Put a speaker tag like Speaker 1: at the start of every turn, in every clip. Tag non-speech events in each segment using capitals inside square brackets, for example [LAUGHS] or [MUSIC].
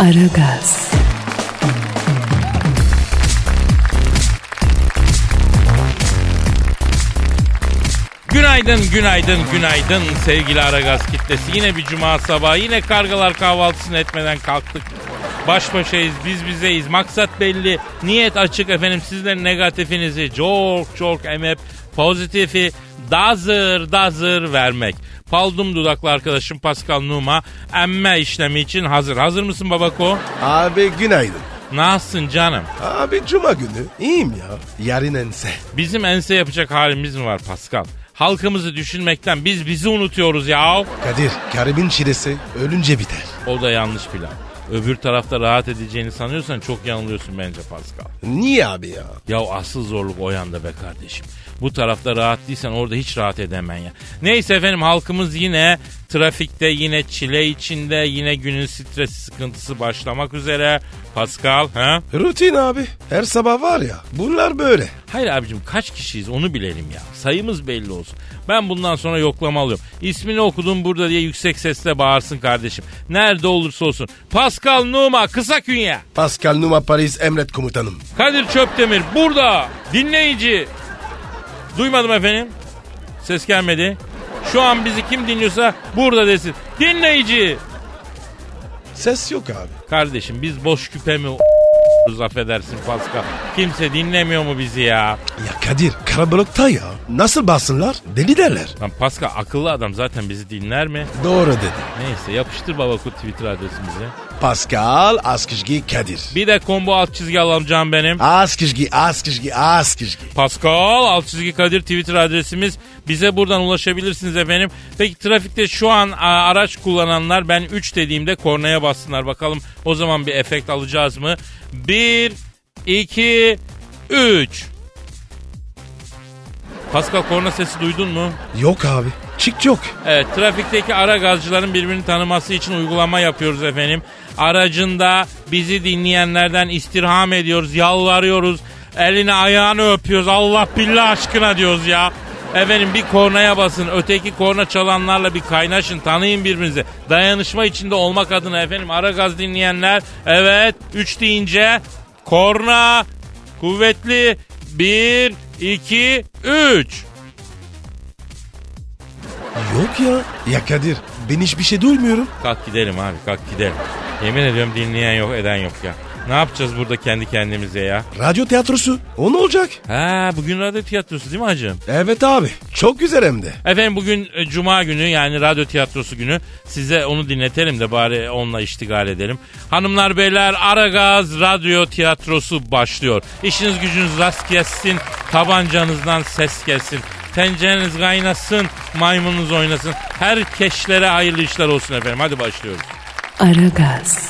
Speaker 1: Aragaz,
Speaker 2: Günaydın, günaydın, günaydın sevgili Aragaz kitlesi. Yine bir cuma sabahı, yine kargalar kahvaltısını etmeden kalktık. Baş başayız, biz bizeyiz. Maksat belli, niyet açık efendim. Sizlerin negatifinizi çok çok emep, pozitifi dazır dazır vermek. Paldum dudaklı arkadaşım Pascal Numa emme işlemi için hazır. Hazır mısın babako?
Speaker 3: Abi günaydın.
Speaker 2: Nasılsın canım?
Speaker 3: Abi cuma günü. İyiyim ya. Yarın ense.
Speaker 2: Bizim ense yapacak halimiz mi var Pascal? Halkımızı düşünmekten biz bizi unutuyoruz ya.
Speaker 3: Kadir, karibin çilesi ölünce biter.
Speaker 2: O da yanlış plan. Öbür tarafta rahat edeceğini sanıyorsan çok yanılıyorsun bence Pascal.
Speaker 3: Niye abi ya?
Speaker 2: Ya asıl zorluk o yanda be kardeşim. Bu tarafta rahat değilsen orada hiç rahat edemen ya. Neyse efendim halkımız yine trafikte yine çile içinde yine günün stresi sıkıntısı başlamak üzere. Pascal ha?
Speaker 3: Rutin abi. Her sabah var ya. Bunlar böyle.
Speaker 2: Hayır abicim kaç kişiyiz onu bilelim ya. Sayımız belli olsun. Ben bundan sonra yoklama alıyorum. İsmini okudum burada diye yüksek sesle bağırsın kardeşim. Nerede olursa olsun. Pascal Numa kısa künye.
Speaker 3: Pascal Numa Paris emret komutanım.
Speaker 2: Kadir Çöptemir burada. Dinleyici. Duymadım efendim. Ses gelmedi. Şu an bizi kim dinliyorsa burada desin. Dinleyici.
Speaker 3: Ses yok abi.
Speaker 2: Kardeşim biz boş küpe mi o**uruz, affedersin Pascal. Kimse dinlemiyor mu bizi ya?
Speaker 3: Ya Kadir karabalıkta ya. Nasıl bassınlar? Deli derler.
Speaker 2: Lan Pascal akıllı adam zaten bizi dinler mi?
Speaker 3: Doğru dedi.
Speaker 2: Neyse yapıştır babaku Twitter adresimize.
Speaker 3: Pascal Askışgi Kadir.
Speaker 2: Bir de combo alt çizgi alacağım benim.
Speaker 3: Askışgi, Askışgi, Askışgi.
Speaker 2: Pascal alt çizgi Kadir Twitter adresimiz. Bize buradan ulaşabilirsiniz efendim. Peki trafikte şu an a, araç kullananlar ben 3 dediğimde kornaya bassınlar. Bakalım o zaman bir efekt alacağız mı? 1, 2, 3. Pascal korna sesi duydun mu?
Speaker 3: Yok abi. Çık yok.
Speaker 2: Evet, trafikteki ara gazcıların birbirini tanıması için uygulama yapıyoruz efendim. Aracında bizi dinleyenlerden istirham ediyoruz, yalvarıyoruz. Elini ayağını öpüyoruz. Allah billah aşkına diyoruz ya. Efendim bir kornaya basın. Öteki korna çalanlarla bir kaynaşın. Tanıyın birbirinizi. Dayanışma içinde olmak adına efendim ara gaz dinleyenler. Evet 3 deyince korna kuvvetli 1 2 3
Speaker 3: Yok ya. Ya Kadir ben hiçbir şey duymuyorum.
Speaker 2: Kalk gidelim abi kalk gidelim. Yemin ediyorum dinleyen yok eden yok ya. Ne yapacağız burada kendi kendimize ya?
Speaker 3: Radyo tiyatrosu. O ne olacak?
Speaker 2: Ha bugün radyo tiyatrosu değil mi hacım?
Speaker 3: Evet abi. Çok güzel hem de.
Speaker 2: Efendim bugün e, cuma günü yani radyo tiyatrosu günü size onu dinletelim de bari onunla iştigal edelim. Hanımlar beyler Aragaz radyo tiyatrosu başlıyor. İşiniz gücünüz rast gelsin, tabancanızdan ses gelsin. Tencereniz kaynasın, maymununuz oynasın. Herkeşlere hayırlı işler olsun efendim. Hadi başlıyoruz.
Speaker 1: Aragaz,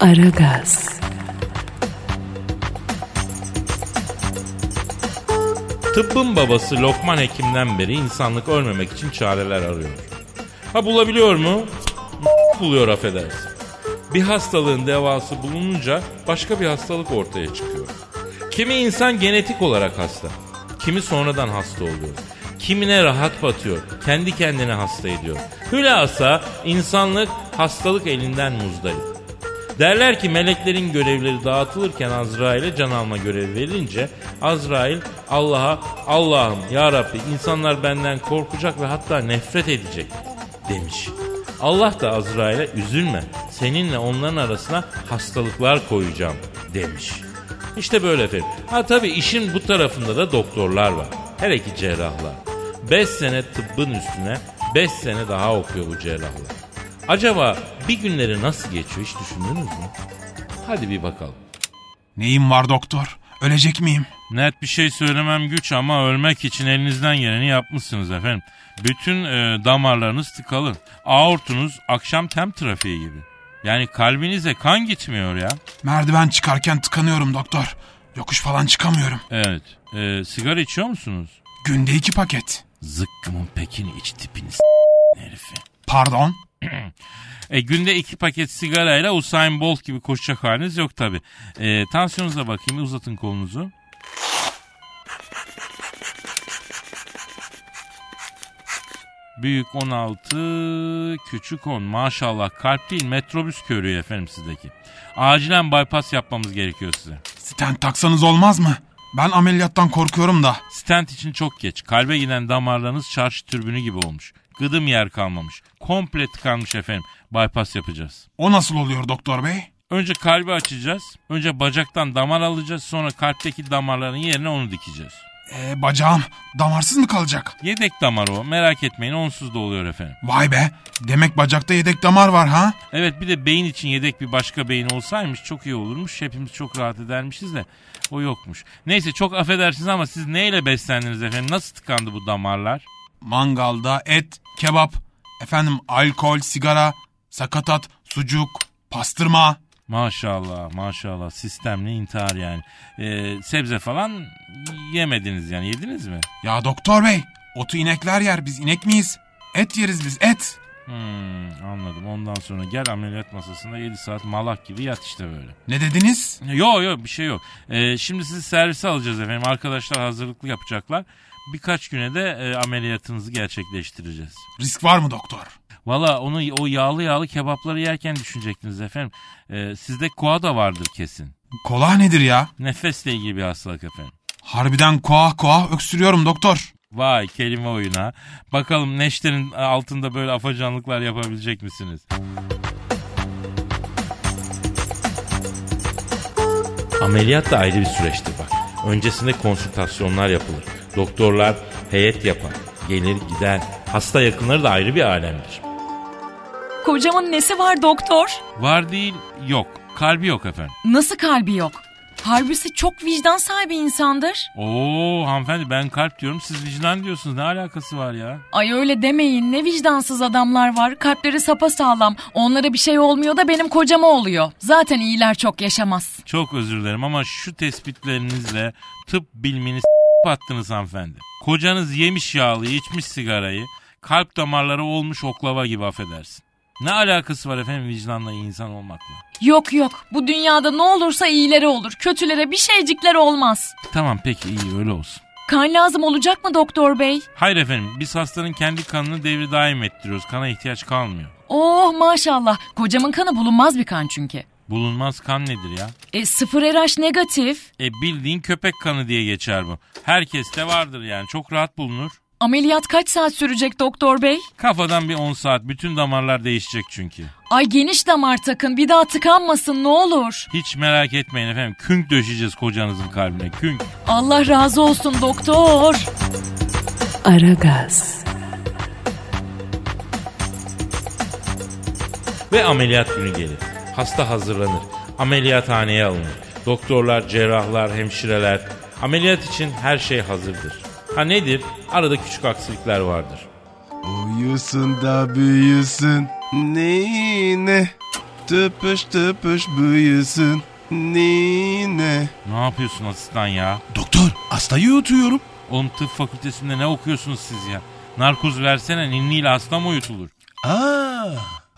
Speaker 1: Aragaz,
Speaker 2: Tıbbın babası Lokman Hekim'den beri insanlık ölmemek için çareler arıyor. Ha bulabiliyor mu? Buluyor affedersin. Bir hastalığın devası bulununca başka bir hastalık ortaya çıkıyor. Kimi insan genetik olarak hasta, kimi sonradan hasta oluyor. Kimine rahat batıyor, kendi kendine hasta ediyor. Hülasa insanlık hastalık elinden muzdarip. Derler ki meleklerin görevleri dağıtılırken Azrail'e can alma görevi verilince Azrail Allah'a Allah'ım ya Rabbi insanlar benden korkacak ve hatta nefret edecek demiş. Allah da Azrail'e üzülme seninle onların arasına hastalıklar koyacağım demiş. İşte böyle efendim. Ha tabii işin bu tarafında da doktorlar var. Hele ki cerrahlar. 5 sene tıbbın üstüne 5 sene daha okuyor bu cerrahlar. Acaba bir günleri nasıl geçiyor hiç düşündünüz mü? Hadi bir bakalım.
Speaker 4: Neyim var doktor? Ölecek miyim?
Speaker 2: Net bir şey söylemem güç ama ölmek için elinizden geleni yapmışsınız efendim. Bütün e, damarlarınız tıkalı. Aortunuz akşam tem trafiği gibi. Yani kalbinize kan gitmiyor ya.
Speaker 4: Merdiven çıkarken tıkanıyorum doktor. Yokuş falan çıkamıyorum.
Speaker 2: Evet. E, sigara içiyor musunuz?
Speaker 4: Günde iki paket.
Speaker 2: Zıkkımın pekini iç tipini s- herifi.
Speaker 4: Pardon.
Speaker 2: E, günde iki paket sigarayla Usain Bolt gibi koşacak haliniz yok tabi. E, tansiyonunuza bakayım uzatın kolunuzu. Büyük 16, küçük 10. Maşallah kalp değil metrobüs körüğü efendim sizdeki. Acilen bypass yapmamız gerekiyor size.
Speaker 4: Stent taksanız olmaz mı? Ben ameliyattan korkuyorum da.
Speaker 2: Stent için çok geç. Kalbe giden damarlarınız çarşı türbünü gibi olmuş. Gıdım yer kalmamış. Komple tıkanmış efendim. Bypass yapacağız.
Speaker 4: O nasıl oluyor doktor bey?
Speaker 2: Önce kalbi açacağız. Önce bacaktan damar alacağız. Sonra kalpteki damarların yerine onu dikeceğiz.
Speaker 4: Ee, bacağım damarsız mı kalacak?
Speaker 2: Yedek damar o. Merak etmeyin onsuz da oluyor efendim.
Speaker 4: Vay be. Demek bacakta yedek damar var ha?
Speaker 2: Evet bir de beyin için yedek bir başka beyin olsaymış çok iyi olurmuş. Hepimiz çok rahat edermişiz de o yokmuş. Neyse çok affedersiniz ama siz neyle beslendiniz efendim? Nasıl tıkandı bu damarlar?
Speaker 4: Mangalda et, kebap, efendim alkol, sigara, sakatat, sucuk, pastırma.
Speaker 2: Maşallah maşallah sistemli intihar yani. Ee, sebze falan yemediniz yani yediniz mi?
Speaker 4: Ya doktor bey, otu inekler yer biz inek miyiz? Et yeriz biz et.
Speaker 2: Hmm, anladım ondan sonra gel ameliyat masasında 7 saat malak gibi yat işte böyle.
Speaker 4: Ne dediniz?
Speaker 2: Yok yok bir şey yok. Ee, şimdi sizi servise alacağız efendim. Arkadaşlar hazırlıklı yapacaklar. Birkaç güne de e, ameliyatınızı gerçekleştireceğiz.
Speaker 4: Risk var mı doktor?
Speaker 2: Valla onu o yağlı yağlı kebapları yerken düşünecektiniz efendim. Ee, sizde koa da vardır kesin.
Speaker 4: Kola nedir ya?
Speaker 2: Nefesle ilgili bir hastalık efendim.
Speaker 4: Harbiden koah koah öksürüyorum doktor.
Speaker 2: Vay kelime oyuna. Bakalım neşterin altında böyle afacanlıklar yapabilecek misiniz? Ameliyat da ayrı bir süreçtir bak. Öncesinde konsültasyonlar yapılır. Doktorlar heyet yapar. Gelir gider. Hasta yakınları da ayrı bir alemdir.
Speaker 5: Kocaman nesi var doktor?
Speaker 2: Var değil yok. Kalbi yok efendim.
Speaker 5: Nasıl kalbi yok? Harbisi çok vicdan sahibi insandır.
Speaker 2: Oo hanımefendi ben kalp diyorum siz vicdan diyorsunuz. Ne alakası var ya?
Speaker 5: Ay öyle demeyin ne vicdansız adamlar var. Kalpleri sapasağlam. Onlara bir şey olmuyor da benim kocama oluyor. Zaten iyiler çok yaşamaz.
Speaker 2: Çok özür dilerim ama şu tespitlerinizle tıp bilmini attınız hanımefendi. Kocanız yemiş yağlıyı, içmiş sigarayı, kalp damarları olmuş oklava gibi affedersin. Ne alakası var efendim vicdanla iyi insan olmakla?
Speaker 5: Yok yok bu dünyada ne olursa iyileri olur. Kötülere bir şeycikler olmaz.
Speaker 2: Tamam peki iyi öyle olsun.
Speaker 5: Kan lazım olacak mı doktor bey?
Speaker 2: Hayır efendim biz hastanın kendi kanını devri daim ettiriyoruz. Kana ihtiyaç kalmıyor.
Speaker 5: Oh maşallah kocamın kanı bulunmaz bir kan çünkü.
Speaker 2: Bulunmaz kan nedir ya?
Speaker 5: E sıfır RH negatif.
Speaker 2: E bildiğin köpek kanı diye geçer bu. Herkeste vardır yani çok rahat bulunur.
Speaker 5: Ameliyat kaç saat sürecek doktor bey?
Speaker 2: Kafadan bir 10 saat bütün damarlar değişecek çünkü.
Speaker 5: Ay geniş damar takın bir daha tıkanmasın ne olur.
Speaker 2: Hiç merak etmeyin efendim. Künk döşeceğiz kocanızın kalbine. Künk.
Speaker 5: Allah razı olsun doktor.
Speaker 1: Aragaz,
Speaker 2: Ve ameliyat günü gelir. Hasta hazırlanır. Ameliyathaneye alınır. Doktorlar, cerrahlar, hemşireler. Ameliyat için her şey hazırdır. Ha nedir? Arada küçük aksilikler vardır.
Speaker 3: Uyusun da büyüsün. Nine. Tıpış tıpış büyüsün. Nine.
Speaker 2: Ne yapıyorsun asistan ya?
Speaker 3: Doktor hastayı yutuyorum.
Speaker 2: Oğlum tıp fakültesinde ne okuyorsunuz siz ya? Narkoz versene ninniyle hasta mı uyutulur?
Speaker 3: Aa,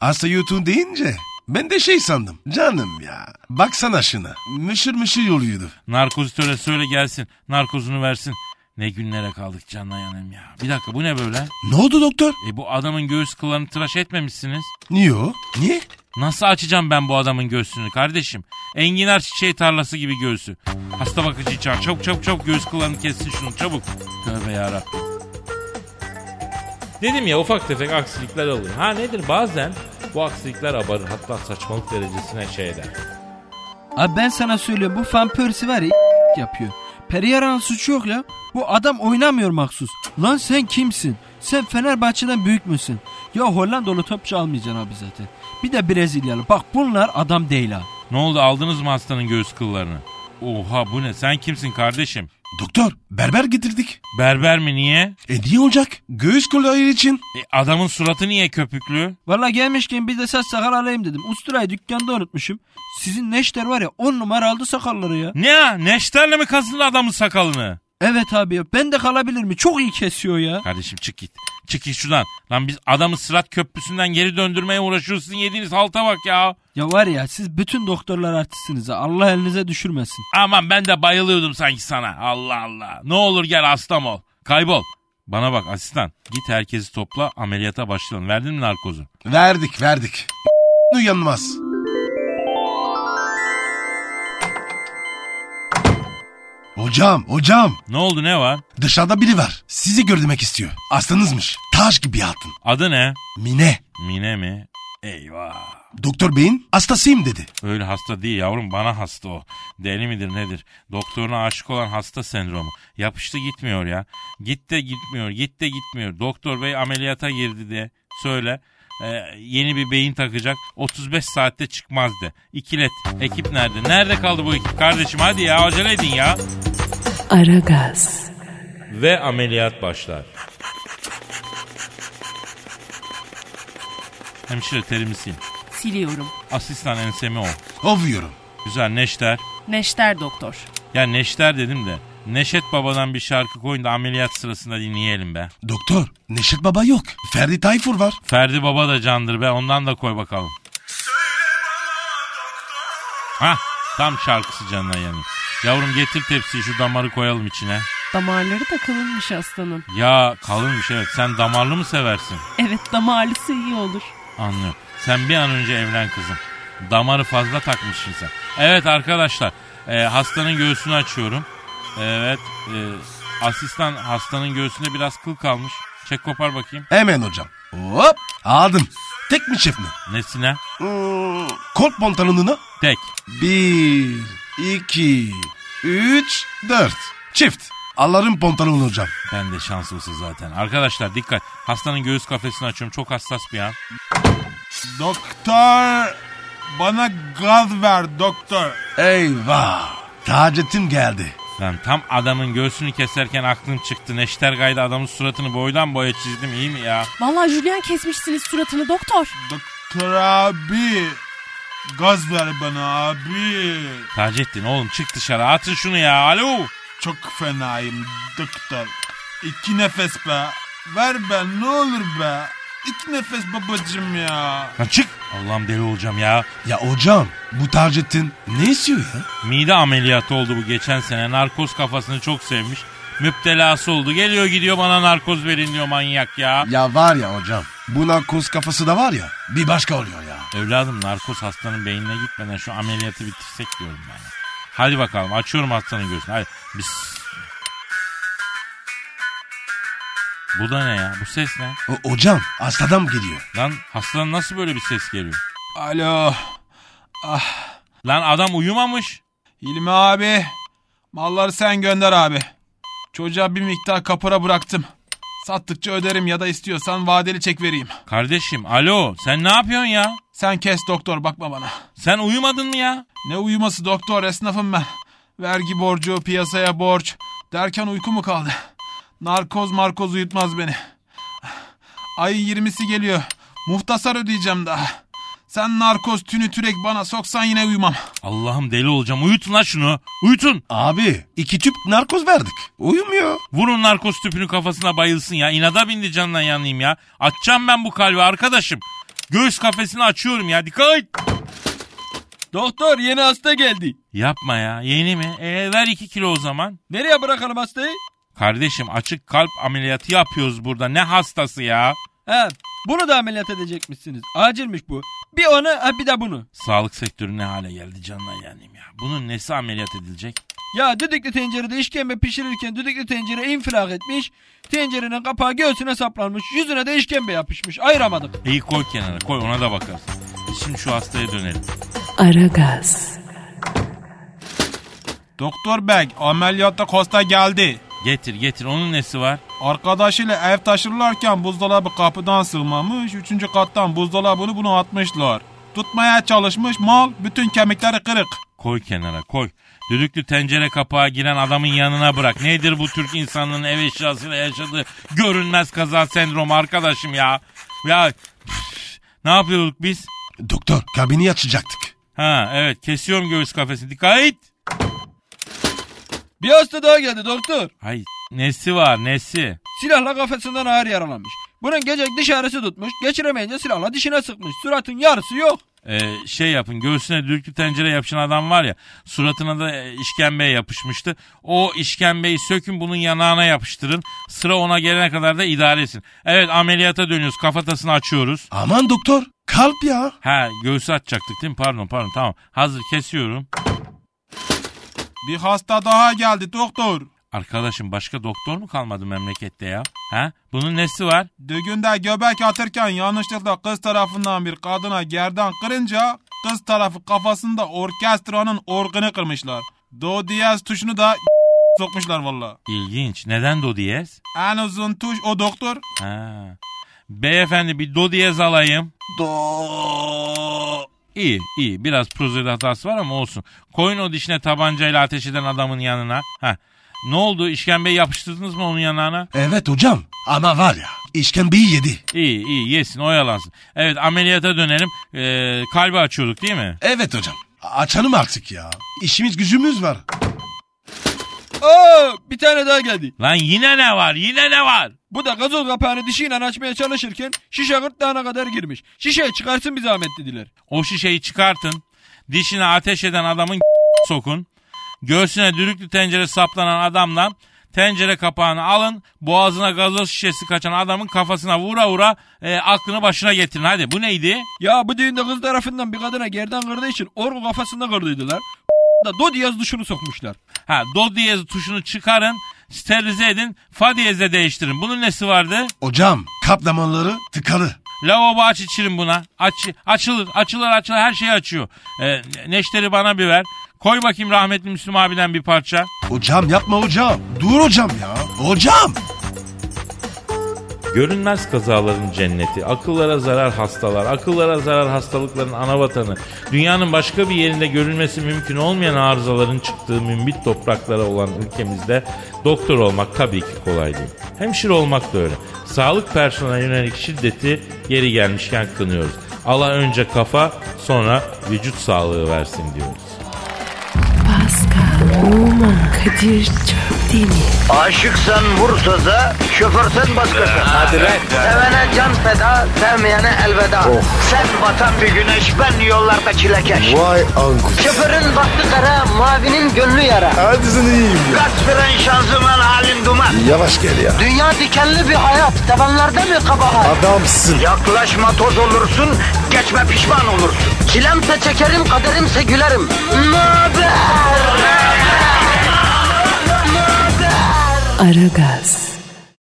Speaker 3: hasta yutun deyince ben de şey sandım. Canım ya. Baksana şuna. Mışır mışır yoluyordu.
Speaker 2: Narkozitöre söyle gelsin. Narkozunu versin. Ne günlere kaldık canına yanayım ya. Bir dakika bu ne böyle?
Speaker 3: Ne oldu doktor?
Speaker 2: E bu adamın göğüs kıllarını tıraş etmemişsiniz.
Speaker 3: Niye o? Niye?
Speaker 2: Nasıl açacağım ben bu adamın göğsünü kardeşim? Enginar çiçeği tarlası gibi göğsü. Hasta bakıcı çağır. Çabuk çabuk çabuk göğüs kıllarını kessin şunu çabuk. Tövbe yarabbim. Dedim ya ufak tefek aksilikler olur. Ha nedir bazen bu aksilikler abarır hatta saçmalık derecesine şey eder.
Speaker 6: Abi ben sana söylüyorum bu fan Persie var ya [LAUGHS] yapıyor. Periyaran'ın suçu yok ya. Bu adam oynamıyor maksus. Lan sen kimsin? Sen Fenerbahçe'den büyük müsün? Ya Hollandalı topçu almayacaksın abi zaten. Bir de Brezilyalı. Bak bunlar adam değil ha.
Speaker 2: Ne oldu aldınız mı hastanın göğüs kıllarını? Oha bu ne sen kimsin kardeşim?
Speaker 3: Doktor berber getirdik.
Speaker 2: Berber mi niye?
Speaker 3: E niye olacak? Göğüs kolayı için.
Speaker 2: E, adamın suratı niye köpüklü?
Speaker 6: Valla gelmişken bir de saç sakal alayım dedim. Usturayı dükkanda unutmuşum. Sizin Neşter var ya 10 numara aldı sakalları ya.
Speaker 2: Ne? Neşterle mi kazıdı adamın sakalını?
Speaker 6: Evet abi ya ben de kalabilir mi? Çok iyi kesiyor ya.
Speaker 2: Kardeşim çık git. Çık git şuradan. Lan biz adamı sırat köprüsünden geri döndürmeye uğraşıyorsun. Yediğiniz halta bak ya.
Speaker 6: Ya var ya siz bütün doktorlar artistsiniz ha. Allah elinize düşürmesin.
Speaker 2: Aman ben de bayılıyordum sanki sana. Allah Allah. Ne olur gel hastam ol. Kaybol. Bana bak asistan. Git herkesi topla ameliyata başlayalım. Verdin mi narkozu?
Speaker 3: Verdik verdik. Uyanmaz. Hocam hocam
Speaker 2: Ne oldu ne var?
Speaker 3: dışarıda biri var. Sizi görmek istiyor. Aslanızmış. Taş gibi altın.
Speaker 2: Adı ne?
Speaker 3: Mine.
Speaker 2: Mine mi? Eyvah.
Speaker 3: Doktor beyin hastasıyım dedi.
Speaker 2: Öyle hasta değil yavrum bana hasta o. Deli midir nedir? Doktoruna aşık olan hasta sendromu. Yapıştı gitmiyor ya. Git de gitmiyor, git de gitmiyor. Doktor bey ameliyata girdi de. Söyle. Ee, yeni bir beyin takacak. 35 saatte çıkmaz de. İkilet. Ekip nerede? Nerede kaldı bu ekip kardeşim? Hadi ya acele edin ya.
Speaker 1: Aragaz.
Speaker 2: Ve ameliyat başlar. Hemşire terimi sil.
Speaker 7: Siliyorum.
Speaker 2: Asistan ensemi o.
Speaker 3: Ovuyorum.
Speaker 2: Güzel neşter.
Speaker 7: Neşter doktor.
Speaker 2: Ya Neşter dedim de Neşet Baba'dan bir şarkı koyun da ameliyat sırasında dinleyelim be.
Speaker 3: Doktor Neşet Baba yok. Ferdi Tayfur var.
Speaker 2: Ferdi Baba da candır be ondan da koy bakalım. Hah tam şarkısı canına yani. Yavrum getir tepsiyi şu damarı koyalım içine.
Speaker 7: Damarları da kalınmış hastanın.
Speaker 2: Ya kalınmış evet sen damarlı mı seversin?
Speaker 7: Evet damarlısı iyi olur.
Speaker 2: Anlıyorum. Sen bir an önce evlen kızım. Damarı fazla takmışsın sen. Evet arkadaşlar e, hastanın göğsünü açıyorum. Evet e, asistan hastanın göğsünde biraz kıl kalmış. Çek kopar bakayım.
Speaker 3: Hemen hocam. Hop aldım. Tek mi çift mi?
Speaker 2: Nesine?
Speaker 3: Hmm, Kolt pantolonuna.
Speaker 2: Tek.
Speaker 3: Bir, iki, üç, dört. Çift. Allah'ın pantolonu hocam.
Speaker 2: Ben de şanslısı zaten. Arkadaşlar dikkat. Hastanın göğüs kafesini açıyorum. Çok hassas bir an.
Speaker 4: Doktor bana gaz ver doktor.
Speaker 3: Eyvah. Taceddin geldi.
Speaker 2: Lan tam adamın göğsünü keserken aklım çıktı. Neşter gayda adamın suratını boydan boya çizdim. iyi mi ya?
Speaker 7: Vallahi Julian kesmişsiniz suratını doktor.
Speaker 4: Doktor abi gaz ver bana abi.
Speaker 2: Taceddin oğlum çık dışarı. Atın şunu ya. Alo.
Speaker 4: Çok fenayım doktor. İki nefes be. Ver be ne olur be. İki nefes babacım ya.
Speaker 2: Lan çık. Allah'ım deli olacağım ya.
Speaker 3: Ya hocam bu Taceddin ne istiyor ya?
Speaker 2: Mide ameliyatı oldu bu geçen sene. Narkoz kafasını çok sevmiş. Müptelası oldu. Geliyor gidiyor bana narkoz verin diyor manyak ya.
Speaker 3: Ya var ya hocam. Buna koz kafası da var ya bir başka oluyor ya.
Speaker 2: Evladım narkoz hastanın beynine gitmeden şu ameliyatı bitirsek diyorum ben. ya. Hadi bakalım açıyorum hastanın göğsünü. Hadi. Biz... Bu da ne ya? Bu ses ne?
Speaker 3: O, hocam hastadan geliyor.
Speaker 2: Lan hastanın nasıl böyle bir ses geliyor?
Speaker 4: Alo
Speaker 2: Lan adam uyumamış.
Speaker 4: Hilmi abi. Malları sen gönder abi. Çocuğa bir miktar kapora bıraktım. Sattıkça öderim ya da istiyorsan vadeli çek vereyim.
Speaker 2: Kardeşim alo sen ne yapıyorsun ya?
Speaker 4: Sen kes doktor bakma bana.
Speaker 2: Sen uyumadın mı ya?
Speaker 4: Ne uyuması doktor esnafım ben. Vergi borcu, piyasaya borç. Derken uyku mu kaldı? Narkoz markoz uyutmaz beni. Ayın 20'si geliyor. Muhtasar ödeyeceğim daha. Sen narkoz tünü türek bana soksan yine uyumam.
Speaker 2: Allah'ım deli olacağım. Uyutun lan şunu. Uyutun.
Speaker 3: Abi iki tüp narkoz verdik. Uyumuyor.
Speaker 2: Vurun narkoz tüpünü kafasına bayılsın ya. İnada bindi canından yanayım ya. Açacağım ben bu kalbi arkadaşım. Göğüs kafesini açıyorum ya. Dikkat.
Speaker 6: Doktor yeni hasta geldi.
Speaker 2: Yapma ya. Yeni mi? E, ver 2 kilo o zaman.
Speaker 6: Nereye bırakalım hastayı?
Speaker 2: Kardeşim açık kalp ameliyatı yapıyoruz burada. Ne hastası ya?
Speaker 6: He bunu da ameliyat edecekmişsiniz. Acilmiş bu. Bir onu ha bir de bunu.
Speaker 2: Sağlık sektörü ne hale geldi canına yanayım ya. Bunun nesi ameliyat edilecek?
Speaker 6: Ya düdüklü tencerede işkembe pişirirken düdüklü tencere infilak etmiş. Tencerenin kapağı göğsüne saplanmış. Yüzüne de işkembe yapışmış. Ayıramadım.
Speaker 2: İyi koy kenara koy ona da bakarız. Biz Şimdi şu hastaya dönelim.
Speaker 1: Aragaz.
Speaker 4: Doktor Bey ameliyatta Kosta geldi.
Speaker 2: Getir getir onun nesi var?
Speaker 4: Arkadaşıyla ev taşırlarken buzdolabı kapıdan sığmamış. Üçüncü kattan buzdolabını bunu atmışlar. Tutmaya çalışmış mal bütün kemikleri kırık.
Speaker 2: Koy kenara koy. Düdüklü tencere kapağı giren adamın yanına bırak. Nedir bu Türk insanının ev eşyasıyla yaşadığı görünmez kaza sendromu arkadaşım ya? Ya üf, ne yapıyorduk biz?
Speaker 3: Doktor kabini açacaktık.
Speaker 2: Ha evet kesiyorum göğüs kafesini. Dikkat et.
Speaker 6: Bir hasta daha geldi doktor.
Speaker 2: Ay nesi var nesi?
Speaker 6: Silahla kafasından ağır yaralanmış. Bunun gece diş ağrısı tutmuş. Geçiremeyince silahla dişine sıkmış. Suratın yarısı yok.
Speaker 2: Ee, şey yapın göğsüne düdüklü tencere yapışan adam var ya suratına da e, işkembeye yapışmıştı. O işkembeyi sökün bunun yanağına yapıştırın. Sıra ona gelene kadar da idare etsin. Evet ameliyata dönüyoruz kafatasını açıyoruz.
Speaker 3: Aman doktor kalp ya.
Speaker 2: Ha göğsü açacaktık değil mi? Pardon pardon tamam. Hazır kesiyorum.
Speaker 4: Bir hasta daha geldi doktor.
Speaker 2: Arkadaşım başka doktor mu kalmadı memlekette ya? Ha? Bunun nesi var?
Speaker 4: Düğünde göbek atırken yanlışlıkla kız tarafından bir kadına gerdan kırınca kız tarafı kafasında orkestranın organı kırmışlar. Do diyez tuşunu da [LAUGHS] sokmuşlar valla.
Speaker 2: İlginç. Neden do diyez?
Speaker 4: En uzun tuş o doktor.
Speaker 2: Ha. Beyefendi bir do diyez alayım.
Speaker 3: Do.
Speaker 2: İyi iyi biraz prozede hatası var ama olsun. Koyun o dişine tabancayla ateş eden adamın yanına. Ha. Ne oldu işkembeyi yapıştırdınız mı onun yanağına?
Speaker 3: Evet hocam ama var ya işkembeyi yedi.
Speaker 2: İyi iyi yesin oyalansın. Evet ameliyata dönelim. Ee, kalbi açıyorduk değil mi?
Speaker 3: Evet hocam açalım artık ya. İşimiz gücümüz var.
Speaker 6: Aa, bir tane daha geldi.
Speaker 2: Lan yine ne var yine ne var?
Speaker 6: Bu da gazoz kapağını dişiyle açmaya çalışırken şişe gırtlağına kadar girmiş. Şişeyi çıkarsın bir zahmet dediler.
Speaker 2: O şişeyi çıkartın. Dişine ateş eden adamın [LAUGHS] sokun. Göğsüne düdüklü tencere saplanan adamdan tencere kapağını alın. Boğazına gazoz şişesi kaçan adamın kafasına vura vura e, aklını başına getirin. Hadi bu neydi?
Speaker 6: Ya bu düğünde kız tarafından bir kadına gerdan kırdığı için orgu kafasında kırdıydılar. da do diyaz duşunu sokmuşlar.
Speaker 2: Ha do diyez tuşunu çıkarın. Sterilize edin. Fa diyezle değiştirin. Bunun nesi vardı?
Speaker 3: Hocam kalp damarları tıkalı.
Speaker 2: Lavabo aç içirin buna. Aç, açılır, açılır, açılır. Her şeyi açıyor. E, neşteri bana bir ver. Koy bakayım rahmetli Müslüm abiden bir parça.
Speaker 3: Hocam yapma hocam. Dur hocam ya. Hocam.
Speaker 2: Görünmez kazaların cenneti, akıllara zarar hastalar, akıllara zarar hastalıkların ana vatanı, dünyanın başka bir yerinde görülmesi mümkün olmayan arızaların çıktığı mümbit topraklara olan ülkemizde doktor olmak tabii ki kolay değil. Hemşire olmak da öyle. Sağlık personeline yönelik şiddeti yeri gelmişken kınıyoruz. Allah önce kafa sonra vücut sağlığı versin diyoruz.
Speaker 1: Pascal, Oman, Kadir çok değil mi?
Speaker 8: Aşıksan vursa da, şoförsen
Speaker 9: Ee,
Speaker 8: başkasın. Hadi Sevene can feda, sevmeyene elveda.
Speaker 9: Oh.
Speaker 8: Sen batan bir güneş, ben yollarda çilekeş.
Speaker 9: Vay anku.
Speaker 8: Şoförün baktı kara, mavinin gönlü yara.
Speaker 9: Hadi sen iyiyim ya.
Speaker 8: Kasperen şanzıman halin duman.
Speaker 9: Yavaş gel ya.
Speaker 8: Dünya dikenli bir hayat, sevenlerde mi kabahar?
Speaker 9: Adamsın.
Speaker 8: Yaklaşma toz olursun, geçme pişman olursun. Çilemse çekerim, kaderimse gülerim. Möber!
Speaker 1: Aragaz.